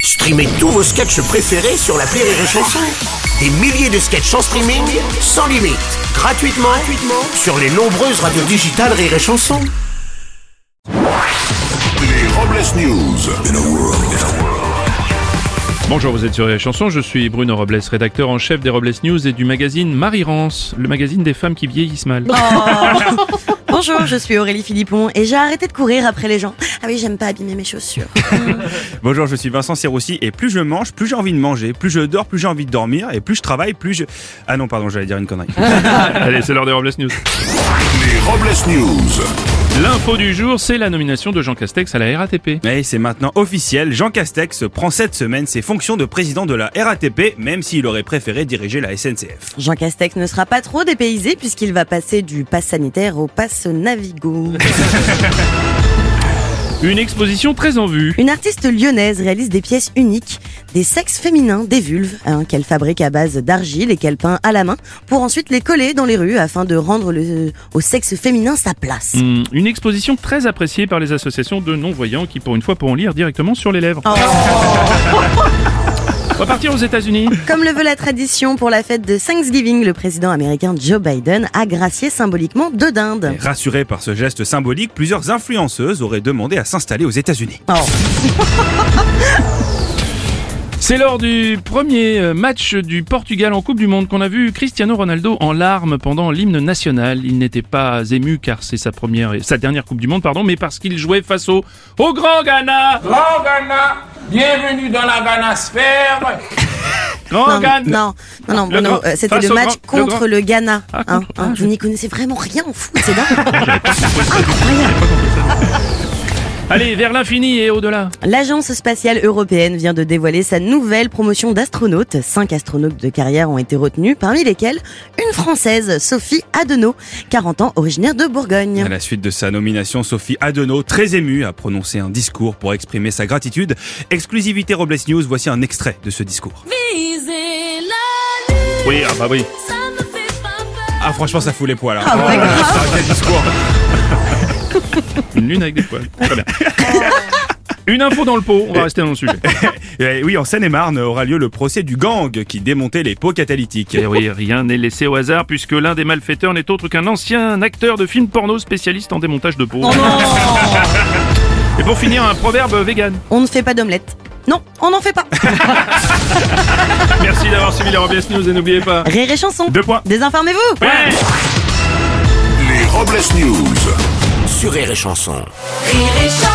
Streamez tous vos sketchs préférés sur la Rire et Chanson. Des milliers de sketchs en streaming, sans limite, gratuitement, gratuitement sur les nombreuses radios digitales Rire et Chanson. Les Robles News. In a world. Bonjour, vous êtes sur les chansons, je suis Bruno Robles, rédacteur en chef des Robles News et du magazine Marie Rance, le magazine des femmes qui vieillissent mal. Bonjour, je suis Aurélie Philippon et j'ai arrêté de courir après les gens. Ah oui, j'aime pas abîmer mes chaussures. Bonjour, je suis Vincent Serroussi et plus je mange, plus j'ai envie de manger, plus je dors, plus j'ai envie de dormir et plus je travaille, plus je... Ah non, pardon, j'allais dire une connerie. Allez, c'est l'heure des Robles News. Les Robles News. L'info du jour, c'est la nomination de Jean Castex à la RATP. Et c'est maintenant officiel, Jean Castex prend cette semaine ses fonctions de président de la RATP, même s'il aurait préféré diriger la SNCF. Jean Castex ne sera pas trop dépaysé puisqu'il va passer du pass sanitaire au pass Navigo. Une exposition très en vue. Une artiste lyonnaise réalise des pièces uniques, des sexes féminins, des vulves, hein, qu'elle fabrique à base d'argile et qu'elle peint à la main pour ensuite les coller dans les rues afin de rendre le- euh, au sexe féminin sa place. Hmm, Une exposition très appréciée par les associations de non-voyants qui pour une fois pourront lire directement sur les lèvres. On va partir aux États-Unis. Comme le veut la tradition, pour la fête de Thanksgiving, le président américain Joe Biden a gracié symboliquement deux dindes. Et Rassurées par ce geste symbolique, plusieurs influenceuses auraient demandé à s'installer aux États-Unis. Oh. C'est lors du premier euh, match du Portugal en Coupe du Monde qu'on a vu Cristiano Ronaldo en larmes pendant l'hymne national. Il n'était pas ému car c'est sa première, sa dernière Coupe du Monde, pardon, mais parce qu'il jouait face au, au Grand Ghana. Grand Ghana, bienvenue dans la Ghanasphère. Grand Non, Ghana. non, non, non, Le Bruno, grand- euh, c'était face le au match grand- le contre grand- le, Ghana. Ah, hein, contre- hein, ah, vous n'y connaissez vraiment rien au foot, c'est dingue. Allez, vers l'infini et au-delà. L'Agence spatiale européenne vient de dévoiler sa nouvelle promotion d'astronautes. Cinq astronautes de carrière ont été retenus, parmi lesquels une Française, Sophie Adenau, 40 ans, originaire de Bourgogne. À la suite de sa nomination, Sophie Adenau, très émue, a prononcé un discours pour exprimer sa gratitude. Exclusivité Robles News, voici un extrait de ce discours. Viser la lune, Oui, ah bah oui. ça me fait pas peur. Ah franchement, ça fout les poils. hein. Ah ouais, grave. Une lune avec des poils. Très bien. Une info dans le pot, on va rester dans le sujet. Eh oui, en Seine-et-Marne aura lieu le procès du gang qui démontait les pots catalytiques. Et oui, rien n'est laissé au hasard puisque l'un des malfaiteurs n'est autre qu'un ancien acteur de films porno spécialiste en démontage de peau. et pour finir, un proverbe vegan. On ne fait pas d'omelette. Non, on n'en fait pas. Merci d'avoir suivi les Robles News et n'oubliez pas. Rire et chanson. Deux points. Désinformez-vous. Ouais. Les Robles News. Sur Rire et Chanson. Rire et chanson.